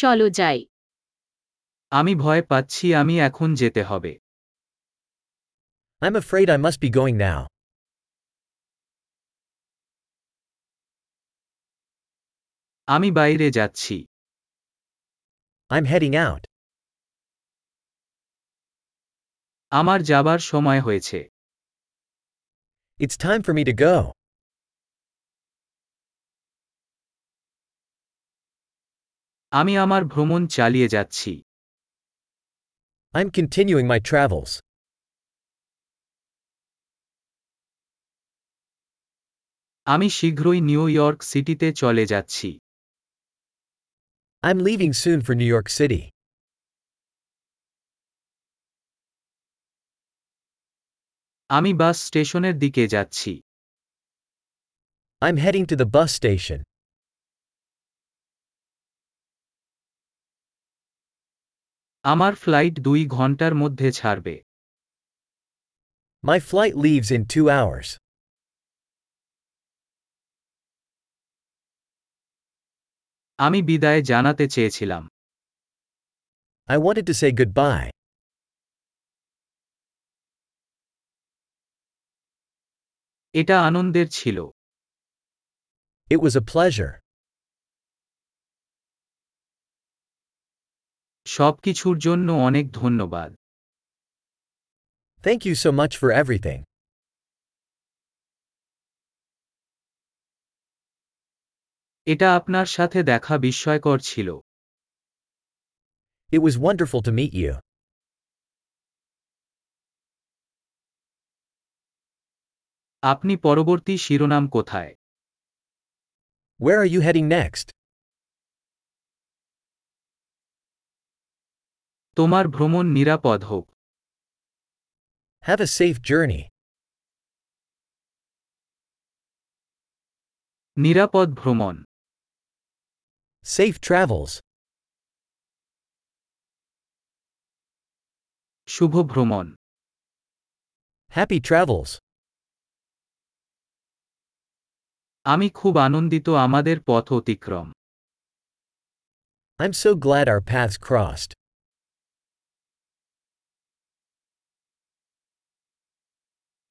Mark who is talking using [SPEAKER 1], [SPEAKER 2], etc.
[SPEAKER 1] চলো যাই
[SPEAKER 2] আমি ভয় পাচ্ছি আমি এখন যেতে হবে
[SPEAKER 3] I'm afraid I must be going now.
[SPEAKER 2] আমি বাইরে যাচ্ছি
[SPEAKER 3] I'm heading out.
[SPEAKER 2] আমার যাবার সময় হয়েছে
[SPEAKER 3] It's time for me to go.
[SPEAKER 2] আমি আমার ভ্রমণ চালিয়ে যাচ্ছি
[SPEAKER 3] I'm continuing my travels.
[SPEAKER 2] আমি শীঘ্রই নিউ ইয়র্ক সিটিতে চলে যাচ্ছি
[SPEAKER 3] I'm leaving soon for New York City.
[SPEAKER 2] আমি বাস স্টেশনের দিকে যাচ্ছি
[SPEAKER 3] I'm heading to the bus station.
[SPEAKER 2] আমার ফ্লাইট দুই ঘন্টার মধ্যে ছাড়বে
[SPEAKER 3] My flight leaves in two hours.
[SPEAKER 2] আমি বিদায় জানাতে চেয়েছিলাম
[SPEAKER 3] I wanted to say goodbye.
[SPEAKER 2] এটা আনন্দের ছিল
[SPEAKER 3] It was a pleasure.
[SPEAKER 2] সবকিছুর জন্য অনেক ধন্যবাদ
[SPEAKER 3] Thank you so much for everything.
[SPEAKER 2] এটা আপনার সাথে দেখা বিস্ময়কর ছিল
[SPEAKER 3] It was wonderful to meet you.
[SPEAKER 2] আপনি পরবর্তী শিরোনাম কোথায়
[SPEAKER 3] Where are you heading next?
[SPEAKER 2] তোমার ভ্রমণ নিরাপদ হোক
[SPEAKER 3] Have a safe journey.
[SPEAKER 2] নিরাপদ ভ্রমণ
[SPEAKER 3] Safe travels.
[SPEAKER 2] শুভ ভ্রমণ
[SPEAKER 3] Happy travels.
[SPEAKER 2] আমি খুব আনন্দিত আমাদের পথ অতিক্রম
[SPEAKER 3] I'm so glad our paths crossed.